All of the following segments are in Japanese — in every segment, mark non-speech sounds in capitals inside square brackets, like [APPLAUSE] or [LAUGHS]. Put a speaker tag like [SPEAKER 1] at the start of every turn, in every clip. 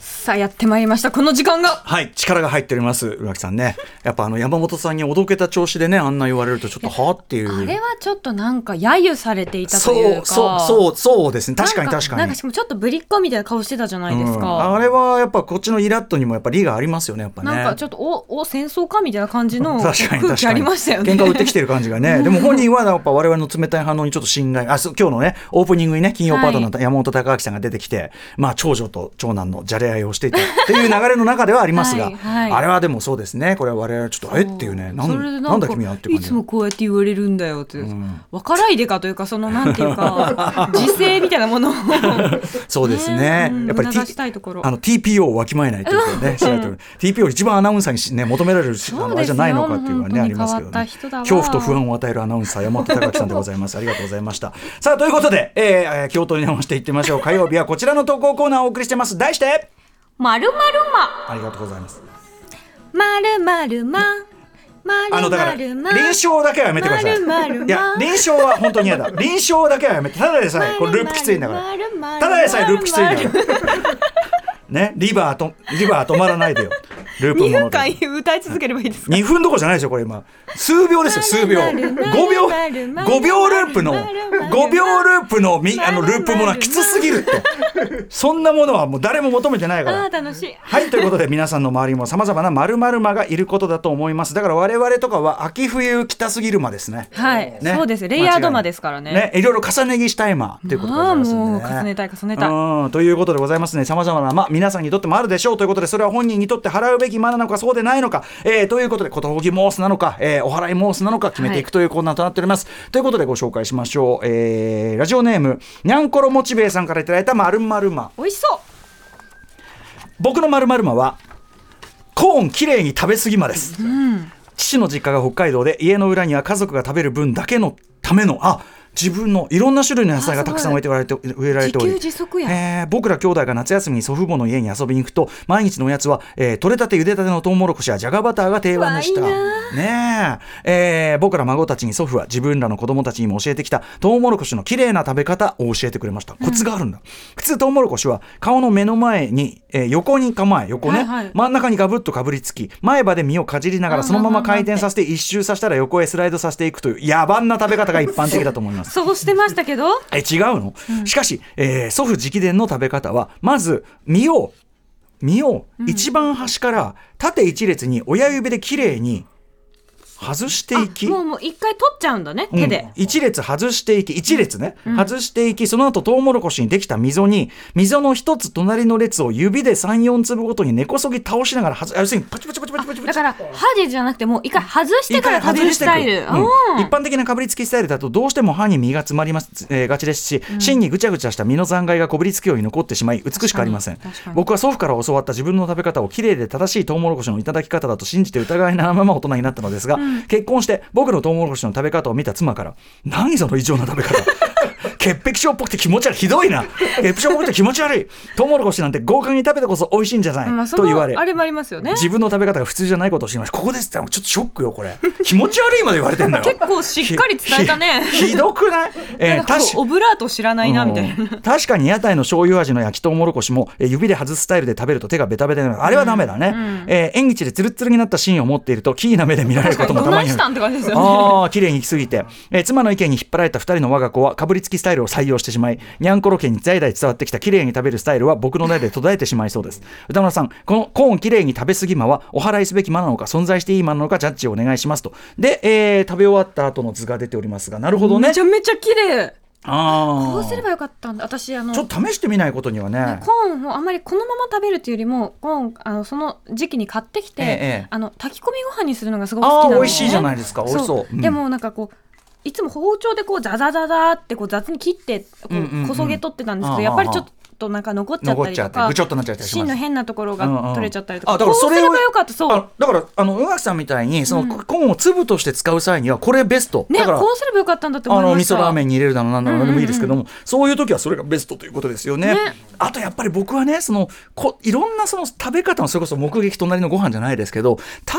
[SPEAKER 1] さあやってまいりましたこの時間が
[SPEAKER 2] はい、力が入っております、宇垣さんね。やっぱあの山本さんにおどけた調子でね、あんな言われるとちょっとはあっていう。
[SPEAKER 1] あれはちょっとなんか揶揄されていたと
[SPEAKER 2] そ
[SPEAKER 1] いう
[SPEAKER 2] う、
[SPEAKER 1] か
[SPEAKER 2] そう、
[SPEAKER 1] う
[SPEAKER 2] そう、そうですね。確かに確か
[SPEAKER 1] なんか
[SPEAKER 2] に
[SPEAKER 1] し。かもちょっとぶりっ子みたいな顔してたじゃないです
[SPEAKER 2] うん
[SPEAKER 1] か、
[SPEAKER 2] あれはやっぱこっちのイラッとにもやっぱりがありますよね、やっぱね。
[SPEAKER 1] なんかちょっとおお戦争かみたいな感じの
[SPEAKER 2] [LAUGHS] 確かに
[SPEAKER 1] 空
[SPEAKER 2] 確
[SPEAKER 1] 気
[SPEAKER 2] か
[SPEAKER 1] あ
[SPEAKER 2] に
[SPEAKER 1] りましたよね
[SPEAKER 2] 喧嘩売ってきてる感じ
[SPEAKER 1] [LAUGHS]
[SPEAKER 2] がねでも本人はやっぱ我々の冷たい反応にちょっと心外あそう今日のねオープニングにね金曜パートナーの山本孝明さんが出てきて、まあ長女と長男のじゃれ合いをしていたっていう流れの中ではありますが
[SPEAKER 1] はいはい
[SPEAKER 2] あれはでもそうですねこれは我々はちょっとえっていうねな
[SPEAKER 1] それで
[SPEAKER 2] んなんだ君はっていう
[SPEAKER 1] い
[SPEAKER 2] 感じ
[SPEAKER 1] つもこうやって言われるんだよって、わからいでかというかそのなんていう
[SPEAKER 2] [LAUGHS]
[SPEAKER 1] か時勢みたいなものを
[SPEAKER 2] そうですね
[SPEAKER 1] うん
[SPEAKER 2] やっぱり
[SPEAKER 1] 促したいところ
[SPEAKER 2] あの TPO をわきまえないというかねしないと TPO 一番アナウンサーにしね求められるしあ
[SPEAKER 1] そうですよ
[SPEAKER 2] のあれじゃないのかっていうのはね
[SPEAKER 1] 本当
[SPEAKER 2] あ
[SPEAKER 1] に
[SPEAKER 2] りますけど
[SPEAKER 1] 変わ
[SPEAKER 2] ね
[SPEAKER 1] った人だわ
[SPEAKER 2] 恐怖と不安を与えるアナウンサー山本隆さんでございますありがとうございました [LAUGHS] さあということで、えーえー京都に直していってみましょう火曜日はこちらの投稿コーナーをお送りしてます題して
[SPEAKER 1] まるまるま
[SPEAKER 2] ありがとうございます
[SPEAKER 1] まるまるまま
[SPEAKER 2] あ
[SPEAKER 1] る
[SPEAKER 2] のだか
[SPEAKER 1] ま
[SPEAKER 2] ら
[SPEAKER 1] る
[SPEAKER 2] 臨
[SPEAKER 1] ま
[SPEAKER 2] 床だけはやめてください
[SPEAKER 1] まるまるま
[SPEAKER 2] いや臨床は本当に嫌だ臨床だけはやめてただでさえこれループきついんだから
[SPEAKER 1] まるまるまる
[SPEAKER 2] ただでさえループきついんだから [LAUGHS] ねリバーとリバー止まらないでよループも
[SPEAKER 1] 2
[SPEAKER 2] の
[SPEAKER 1] 分
[SPEAKER 2] で
[SPEAKER 1] 間歌い続ければいいですか
[SPEAKER 2] 2分どころじゃないですよこれ今数秒ですよ数秒
[SPEAKER 1] 丸
[SPEAKER 2] 5
[SPEAKER 1] 々
[SPEAKER 2] 秒
[SPEAKER 1] 丸々
[SPEAKER 2] 5秒ループの
[SPEAKER 1] 丸々
[SPEAKER 2] 5秒ループのみあのループものはきつすぎるってそんなものはもう誰も求めてないか
[SPEAKER 1] あ
[SPEAKER 2] ら
[SPEAKER 1] あ楽しい
[SPEAKER 2] はいということで皆さんの周りにもさまざまな〇〇間がいることだと思いますだから我々とかは秋冬北すぎる間ですね
[SPEAKER 1] はい、
[SPEAKER 2] ね
[SPEAKER 1] そうですレイヤードマですからね
[SPEAKER 2] ねいろいろ重ね着したい間ということでございますんでね
[SPEAKER 1] ああもう重ねたい重ねたい
[SPEAKER 2] うんということでございますねさまざまな間皆さんにとってもあるでしょうということでそれは本人にとって払うべき間なのかそうでないのか、えーということでことほぎ申すなのか、えーお払い申すなのか決めていくというコーナーとなっております、ということでご紹介しましょう、えーラジオネームにゃんころモチベイさんからいただいたまるまる [LAUGHS] 間
[SPEAKER 1] 美味しそう
[SPEAKER 2] 僕のまるまる間はコーンきれいに食べ過ぎまです、父の実家が北海道で家の裏には家族が食べる分だけのためのあ自分のいろんな種類の野菜がたくさん植えてられて植えられており
[SPEAKER 1] 自給自足や
[SPEAKER 2] えー僕ら兄弟が夏休みに祖父母の家に遊びに行くと毎日のおやつは、えー、取れたて茹でたてのトウモロコシやじゃがバターが定番でした
[SPEAKER 1] わいいな
[SPEAKER 2] ねええー僕ら孫たちに祖父は自分らの子供たちにも教えてきたトウモロコシの綺麗な食べ方を教えてくれましたコツがあるんだ、普通トウモロコシは顔の目の前に、えー横に構え横ね、
[SPEAKER 1] はいはい
[SPEAKER 2] 真ん中にガブッとかぶりつき前歯で実をかじりながらそのまま回転させて一周させたら横へスライドさせていくという野蛮な食べ方が一般的だと思います
[SPEAKER 1] そうしてましたけど
[SPEAKER 2] え違うの、しかし、えー祖父直伝の食べ方はまず身を身を一番端から縦一列に親指で綺麗に外していき、
[SPEAKER 1] もうもう一回取っちゃうんだね手で、
[SPEAKER 2] うん一列外していき一列ね、外していきその後トウモロコシにできた溝に溝の一つ隣の列を指で34粒ごとに根こそぎ倒しながら外あ要するにパチパチパチパチパチパチ
[SPEAKER 1] だから歯でじゃなくてもう一回外してから食べるスタイル、
[SPEAKER 2] 一回外してく
[SPEAKER 1] うん
[SPEAKER 2] うん一般的なかぶりつきスタイルだとどうしても歯に身が詰まります、えーがちですし、芯にぐちゃぐちゃした身の残骸がこぶりつくように残ってしまい美しくありません
[SPEAKER 1] 確かに確かに
[SPEAKER 2] 僕は祖父から教わった自分の食べ方をきれいで正しいトウモロコシのいただき方だと信じて疑いなまま大人になったのですが、結婚して僕のトウモロコシの食べ方を見た妻から「何その異常な食べ方」潔癖症っぽくて気持ち悪いひどいな潔癖症っぽくて気持ち悪いトウモロコシなんて豪快に食べてこそ美味しいんじゃない、
[SPEAKER 1] まあ、そ
[SPEAKER 2] と
[SPEAKER 1] の
[SPEAKER 2] 言われ
[SPEAKER 1] あれもありますよね
[SPEAKER 2] 自分の食べ方が普通じゃないことを知りましたここですってちょっとショックよこれ気持ち悪いまで言われてんだ
[SPEAKER 1] [LAUGHS]
[SPEAKER 2] よ
[SPEAKER 1] 結構しっかり伝えたね
[SPEAKER 2] ひ [LAUGHS] ひひどくない、え
[SPEAKER 1] なん
[SPEAKER 2] ー、
[SPEAKER 1] かこ
[SPEAKER 2] 確
[SPEAKER 1] うオブラート知らないなみたいな、
[SPEAKER 2] うん確かに屋台の醤油味の焼きとうもろこしも、えー指で外すスタイルで食べると手がベタベタになるあれはダメだね、えー縁日でツルツルになった芯を持っているとキーな目で見られることも
[SPEAKER 1] ど
[SPEAKER 2] たま
[SPEAKER 1] ない
[SPEAKER 2] にあ
[SPEAKER 1] し
[SPEAKER 2] る
[SPEAKER 1] たんって感じですよね
[SPEAKER 2] ああ、綺麗に行き過ぎて、えー妻の意見に引っ張られた2人の我が子は、かぶりつきスタイルを採用してしまい、にゃんころ家に代々伝わってきた綺麗に食べるスタイルは、僕の代で途絶えてしまいそうです。歌村さん、このコーン綺麗に食べ過ぎ間は、お払いすべき間なのか、存在していい間なのか、ジャッジをお願いしますと。で、えー食べ終わった後の図が出ておりますが、なるほどね
[SPEAKER 1] めち。ゃめちゃ綺麗
[SPEAKER 2] あ
[SPEAKER 1] こう
[SPEAKER 2] あ
[SPEAKER 1] す。ればよかったんだ私あの
[SPEAKER 2] ちょっと試してみないことにはね。
[SPEAKER 1] コーンをあんまりこのまま食べるっていうよりもコーンあのその時期に買ってきて、
[SPEAKER 2] ええ
[SPEAKER 1] あの炊き込みご飯にするのがすごく好き
[SPEAKER 2] あ
[SPEAKER 1] な
[SPEAKER 2] あ、
[SPEAKER 1] の、ね、
[SPEAKER 2] 美味しいじゃないですか。美味しそう。うん
[SPEAKER 1] でもなんかこういつも包丁でこうザザザザってこう雑に切ってこう
[SPEAKER 2] うんうんうん
[SPEAKER 1] こそげ取ってたんですけど、
[SPEAKER 2] ああ
[SPEAKER 1] やっぱりちょっとなんか残っちゃった
[SPEAKER 2] 残っ
[SPEAKER 1] り
[SPEAKER 2] ちゃ
[SPEAKER 1] と
[SPEAKER 2] って
[SPEAKER 1] か
[SPEAKER 2] ぐちょっとなっちゃったりし
[SPEAKER 1] 芯
[SPEAKER 2] ます
[SPEAKER 1] の変なところ
[SPEAKER 2] うんうん
[SPEAKER 1] が取れちゃったりとか、
[SPEAKER 2] あだからそれ
[SPEAKER 1] こう
[SPEAKER 2] を
[SPEAKER 1] すればよかったそう
[SPEAKER 2] あだからあの宇垣さんみたいにその、コーンを粒として使う際にはこれベスト、
[SPEAKER 1] ね
[SPEAKER 2] だから
[SPEAKER 1] こうすればよかったんだって思
[SPEAKER 2] あ
[SPEAKER 1] い
[SPEAKER 2] の
[SPEAKER 1] ま
[SPEAKER 2] 味
[SPEAKER 1] した
[SPEAKER 2] 噌ラーメンに入れるだのなんだろう
[SPEAKER 1] うんうんうん
[SPEAKER 2] でもいいですけども、そういう時はそれがベストということですよね。
[SPEAKER 1] ね
[SPEAKER 2] あとやっぱり僕はねそのこいろんなその食べ方のそれこそ目撃隣のご飯じゃないですけど食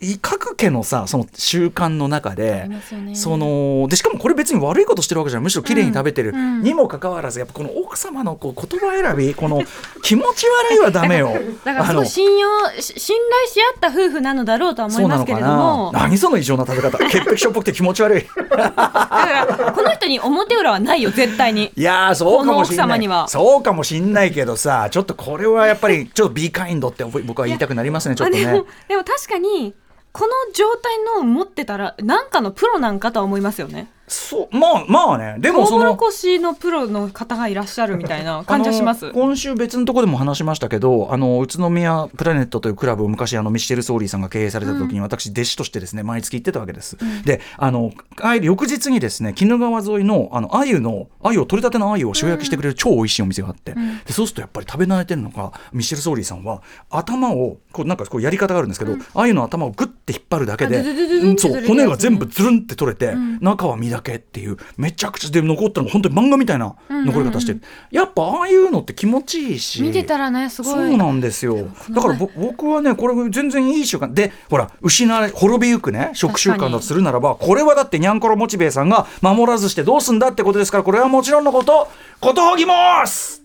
[SPEAKER 2] べ各家のさその習慣の中
[SPEAKER 1] あ
[SPEAKER 2] で
[SPEAKER 1] り。ますよね
[SPEAKER 2] そのでしかもこれ別に悪いことしてるわけじゃないむしろ綺麗に食べてる、
[SPEAKER 1] うんうん
[SPEAKER 2] にもかかわらずやっぱこの奥様のこう言葉選びこの [LAUGHS] 気持ち悪いはダメよ
[SPEAKER 1] だからすごい信用し信頼し合った夫婦なのだろうとは思
[SPEAKER 2] そ
[SPEAKER 1] いう
[SPEAKER 2] な
[SPEAKER 1] ます
[SPEAKER 2] の
[SPEAKER 1] け
[SPEAKER 2] か
[SPEAKER 1] れど
[SPEAKER 2] な
[SPEAKER 1] もだ
[SPEAKER 2] 何その異常な食べ方潔癖症っぽくて気持ち悪い
[SPEAKER 1] からこの人に表裏はないよ絶対
[SPEAKER 2] [LAUGHS]
[SPEAKER 1] に
[SPEAKER 2] いやーそうかも
[SPEAKER 1] この奥
[SPEAKER 2] しん
[SPEAKER 1] 様
[SPEAKER 2] ない
[SPEAKER 1] には
[SPEAKER 2] そうかもしんないけどさちょっとこれはやっぱりちょっとビーカインドって僕は言いたくなりますねちょっ
[SPEAKER 1] あ
[SPEAKER 2] と
[SPEAKER 1] で
[SPEAKER 2] ね
[SPEAKER 1] もでも確かにこの状態のを持ってたらなんかのプロなんかとは思いますよね
[SPEAKER 2] そうまあまあねで
[SPEAKER 1] ト
[SPEAKER 2] も
[SPEAKER 1] ウ
[SPEAKER 2] そ
[SPEAKER 1] モロ
[SPEAKER 2] の
[SPEAKER 1] コシのプロの方がいらっしゃるみたいな感じはします
[SPEAKER 2] あの今週別のとこでも話しましたけどあの宇都宮プラネットというクラブを昔あのミシェル・ソーリーさんが経営された時に私弟子としてですね毎月行ってたわけです、であの帰り翌日にですね鬼怒川沿いのあの鮎の鮎を取れたての鮎を塩焼きしてくれる超美味しいお店があって、でそうするとやっぱり食べ慣れてるのかミシェル・ソーリーさんは頭をこうなんかこうやり方があるんですけど、鮎の頭をグッて引っ張るだけで
[SPEAKER 1] あドゥドゥドゥドゥンって
[SPEAKER 2] そう
[SPEAKER 1] 取れるやつね
[SPEAKER 2] 骨が全部ズルンって取れて、中は身だけっていうめちゃくちゃで残ったのが本当に漫画みたいな残り方してる、やっぱああいうのって気持ちいいし
[SPEAKER 1] 見てたらねすごい
[SPEAKER 2] そうなんですよだからぼ僕はねこれ全然いい習慣でほら失われ滅びゆくね食習慣だとするならばこれはだってにゃんころモチベイさんが守らずしてどうすんだってことですからこれはもちろんのことことほぎます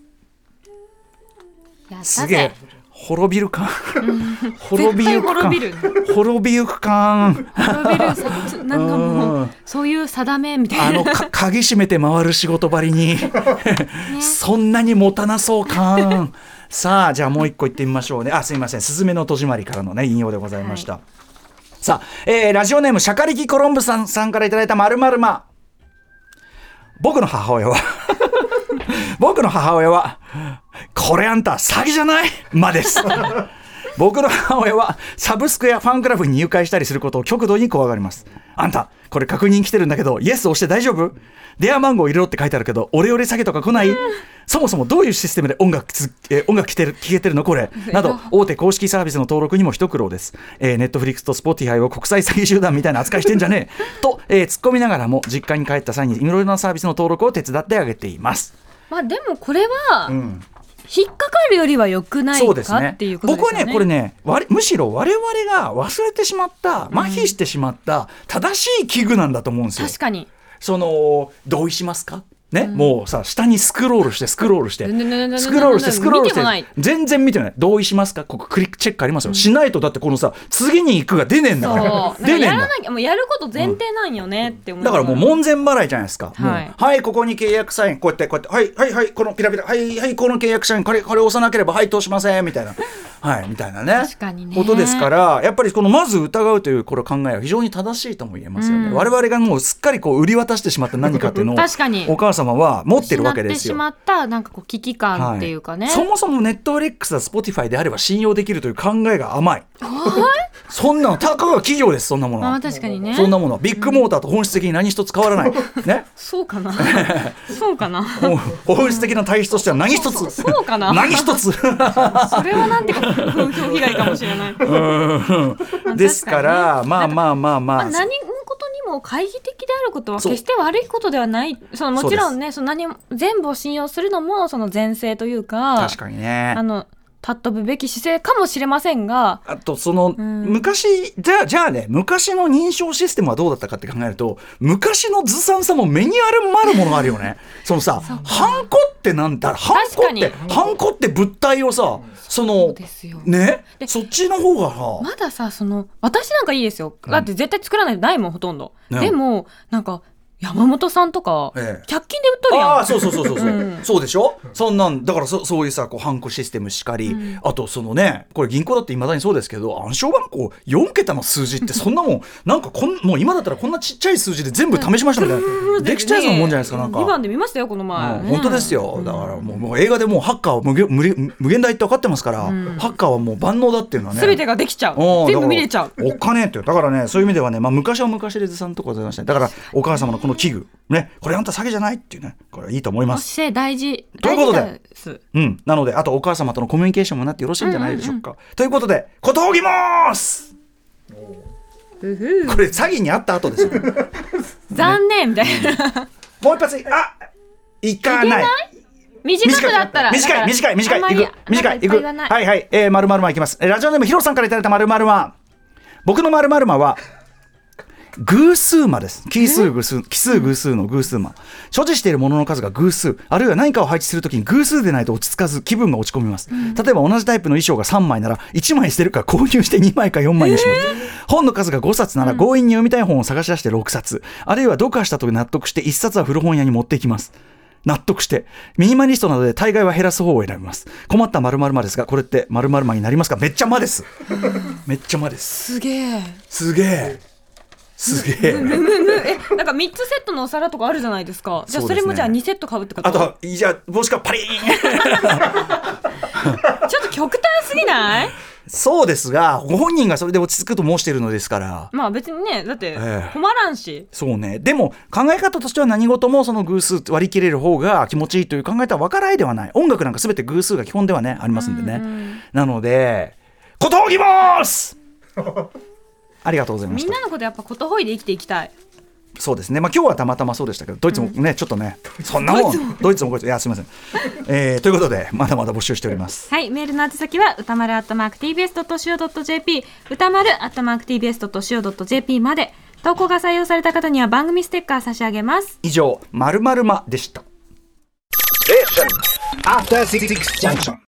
[SPEAKER 1] やったぜ
[SPEAKER 2] すげえ滅びる感 [LAUGHS] 滅びゆく感
[SPEAKER 1] 絶対滅
[SPEAKER 2] 滅びゆく感
[SPEAKER 1] プロビルさ
[SPEAKER 2] [LAUGHS]
[SPEAKER 1] なんかも
[SPEAKER 2] うん
[SPEAKER 1] うそういう定めみた
[SPEAKER 2] あ
[SPEAKER 1] いな [LAUGHS]
[SPEAKER 2] のか鍵閉めて回る仕事ばりに [LAUGHS] そんなに持たなそうかさあじゃあもう一個言ってみましょうねあすいません「すずめの戸締まり」からのね引用でございました、さあ、えーラジオネームシャカリキコロンブさんさんからいただいた「まるまるま」僕の母親は僕の母親は「これあんた詐欺じゃない?」まです僕の母親はサブスクやファンクラブに入会したりすることを極度に怖がります。あんた、これ確認来てるんだけど、イエス押して大丈夫電話番号入れろって書いてあるけど、オレオレ詐欺とか来ないそもそもどういうシステムで音楽つ、えー音楽聴ける聞けてるのこれ。など、大手公式サービスの登録にも一苦労です。えー、ネットフリックスとスポティハイを国際詐欺集団みたいな扱いしてんじゃねえ。と、えー、突っ込みながらも、実家に帰った際にいろいろなサービスの登録を手伝ってあげています。
[SPEAKER 1] まあでもこれは
[SPEAKER 2] うん
[SPEAKER 1] 引っかかるよりは良くない
[SPEAKER 2] そうです
[SPEAKER 1] か
[SPEAKER 2] ね
[SPEAKER 1] っていうことです
[SPEAKER 2] 僕
[SPEAKER 1] よ
[SPEAKER 2] は
[SPEAKER 1] ね
[SPEAKER 2] ねこれねわれむしろ我々が忘れてしまった麻痺してしまった正しい器具なんだと思うんですよ、
[SPEAKER 1] 確かに
[SPEAKER 2] その同意しますかね、もうさ下にスクロールしてスクロールして
[SPEAKER 1] ねねねねね
[SPEAKER 2] スクロールしてスクロールし
[SPEAKER 1] 見てもない
[SPEAKER 2] て全然見てない同意しますかここクリックチェックありますよ、しないとだってこのさ次に行くが出ねえんだ
[SPEAKER 1] そう
[SPEAKER 2] か
[SPEAKER 1] な
[SPEAKER 2] ら
[SPEAKER 1] んか
[SPEAKER 2] 出ねえ
[SPEAKER 1] や
[SPEAKER 2] ん
[SPEAKER 1] ら
[SPEAKER 2] だ
[SPEAKER 1] なきゃもうやること前提なんよねって思
[SPEAKER 2] だからもう門前払いじゃないですか。は
[SPEAKER 1] はいい、
[SPEAKER 2] はい、ここに契約サイン、こうやって、こうやって、はい、はい、はい、このピラピラ、はい、はい、この契約サイン、これ、これ押さなければ、はい、通しません、みたいな。はい、みたいなね。
[SPEAKER 1] 確かにね
[SPEAKER 2] ことですから、やっぱりこのまず疑うという、これ考えは非常に正しいとも言えますよね。
[SPEAKER 1] うん
[SPEAKER 2] 我々がもうすっかりこう売り渡してしまった何かっていうのを。
[SPEAKER 1] 確かに
[SPEAKER 2] お母様は持ってるわけで
[SPEAKER 1] 失って
[SPEAKER 2] す
[SPEAKER 1] し
[SPEAKER 2] よ。
[SPEAKER 1] まったなんかこう危機
[SPEAKER 2] は
[SPEAKER 1] 感っていうかね、
[SPEAKER 2] そもそもネットフリックスだ Spotify であれば信用できるという考えが
[SPEAKER 1] [LAUGHS]
[SPEAKER 2] 甘い。そんなの、たかが企業です、そんなものは。
[SPEAKER 1] まあ確かにね
[SPEAKER 2] そんなものはビッグモーターと本質的に何一つ変わらない。ね。
[SPEAKER 1] そうかな
[SPEAKER 2] [LAUGHS]
[SPEAKER 1] そうかな
[SPEAKER 2] もう本質的な体質としては何一
[SPEAKER 1] そう [LAUGHS]
[SPEAKER 2] つ
[SPEAKER 1] そうかな
[SPEAKER 2] 何一つ
[SPEAKER 1] それはなんていうか風評被害かもし
[SPEAKER 2] [LAUGHS]
[SPEAKER 1] れない
[SPEAKER 2] ですからまあまあまあま
[SPEAKER 1] ま
[SPEAKER 2] あ
[SPEAKER 1] あ、何事にも懐疑的であることは
[SPEAKER 2] そう
[SPEAKER 1] 決して悪いことではないそのもちろんねその何も全部を信用するのもその前世というか
[SPEAKER 2] 確かにね
[SPEAKER 1] あの尊ぶべき姿勢かもしれませんが
[SPEAKER 2] あとその
[SPEAKER 1] うん
[SPEAKER 2] 昔じゃあじゃあね昔の認証システムはどうだったかって考えると昔のずさんさも目にあるまるものがあるよ
[SPEAKER 1] [LAUGHS]
[SPEAKER 2] ねそのさハンコってなんだハンコっ
[SPEAKER 1] 確
[SPEAKER 2] て
[SPEAKER 1] か
[SPEAKER 2] ハンコって物体をさ
[SPEAKER 1] そ
[SPEAKER 2] そ
[SPEAKER 1] う
[SPEAKER 2] の
[SPEAKER 1] ですよ
[SPEAKER 2] ね
[SPEAKER 1] で
[SPEAKER 2] そっちの方がさ
[SPEAKER 1] まださその私なんかいいですよだって絶対作らないとないもんほとんど、
[SPEAKER 2] ね
[SPEAKER 1] でもなんか山本さんとか、
[SPEAKER 2] ええ
[SPEAKER 1] 100均で売っとるやん
[SPEAKER 2] ああそうそうそうそうそう、
[SPEAKER 1] うん
[SPEAKER 2] そうでしょそんなんだからそそういうさこうハンコシステムしかり、
[SPEAKER 1] うん
[SPEAKER 2] あとそのねこれ銀行だっていまだにそうですけど暗証番号4桁の数字ってそんなもんなんかこんもう今だったらこんなちっちゃい数字で全部試しましたみたいなできちゃいそうなもんじゃないですかなんか。
[SPEAKER 1] 2番で見ましたよこの前、
[SPEAKER 2] うん本当ですよ、だからもうもう映画でもうハッカーは無限無限無限大って分かってますから、
[SPEAKER 1] ん
[SPEAKER 2] ハッカーはもう万能だっていうのはね
[SPEAKER 1] 全てができちゃう
[SPEAKER 2] う
[SPEAKER 1] 全
[SPEAKER 2] んだから
[SPEAKER 1] 部見れちゃう
[SPEAKER 2] おっかねえってだからねそういう意味ではね、まあ、昔は昔でずさんとこございましたねだからお母様のこの器具ねこれあんた詐欺じゃないっていうねこれいいと思います
[SPEAKER 1] 姿勢大事
[SPEAKER 2] ということで
[SPEAKER 1] 大事です
[SPEAKER 2] うん。なので、あとお母様とのコミュニケーションもなってよろしいんじゃないでしょうか。ということで、小峠ます
[SPEAKER 1] うふう
[SPEAKER 2] これ詐欺にあった後ですよ。
[SPEAKER 1] 残念みたいな
[SPEAKER 2] もう一発い、あいかない。
[SPEAKER 1] 短くだったら
[SPEAKER 2] 短い、短い、短い、
[SPEAKER 1] だから
[SPEAKER 2] 短い、いく。
[SPEAKER 1] あんまりあんまりっぱ
[SPEAKER 2] 短い、い
[SPEAKER 1] 言
[SPEAKER 2] く。
[SPEAKER 1] わない
[SPEAKER 2] はいはい。えー、まるまるまいきます。えーラジオネームヒロさんからいただいたまるまるま。僕の〇〇まは偶数魔です。奇数偶数、奇数偶数の偶数魔。所持しているものの数が偶数、あるいは何かを配置するときに偶数でないと落ち着かず気分が落ち込みます。例えば同じタイプの衣装が3枚なら1枚捨てるか購入して2枚か4枚にします。本の数が5冊なら強引に読みたい本を探し出して6冊、あるいは読破したと納得して1冊は古本屋に持っていきます。納得して、ミニマリストなどで大概は減らす方を選びます。困った〇〇まですが、これって〇〇まになりますかめっちゃまです。めっちゃまです。
[SPEAKER 1] すげえ。
[SPEAKER 2] [LAUGHS] すげえ。すげえ。
[SPEAKER 1] え、なんか三つセットのお皿とかあるじゃないですか。じゃあ
[SPEAKER 2] そう
[SPEAKER 1] そ
[SPEAKER 2] ですね
[SPEAKER 1] れもじゃあ二セット買うってこと。
[SPEAKER 2] あとは、じゃあ、帽子がパリーン
[SPEAKER 1] ちょっと極端すぎない？
[SPEAKER 2] そうですが、ご本人がそれで落ち着くと申しているのですから。
[SPEAKER 1] まあ別にね、だって
[SPEAKER 2] ええ
[SPEAKER 1] 困らんし。
[SPEAKER 2] そうね。でも、考え方としては何事もその偶数割り切れる方が気持ちいいという考え方は分からないではない。音楽なんか全て偶数が基本ではね、ありますんでね。なので、ことをぎますありがとうございま
[SPEAKER 1] み
[SPEAKER 2] し
[SPEAKER 1] ん
[SPEAKER 2] た。
[SPEAKER 1] なのことやっぱことほいで生きていきたい。
[SPEAKER 2] そうですね。まあ今日はたまたまそうでしたけど、ドイツもね、ちょっとね、そんなもん、ドイツもこいつ、いや、すみません。えーということで、まだまだ募集しております。
[SPEAKER 1] はい、メールの宛先は歌丸アットマーク TBS ドット CO ドット JP、歌丸アットマーク TBS ドット CO ドット JP まで。投稿が採用された方には番組ステッカー差し上げます。
[SPEAKER 2] 以上、まるまるまでした。
[SPEAKER 3] After Six Junction.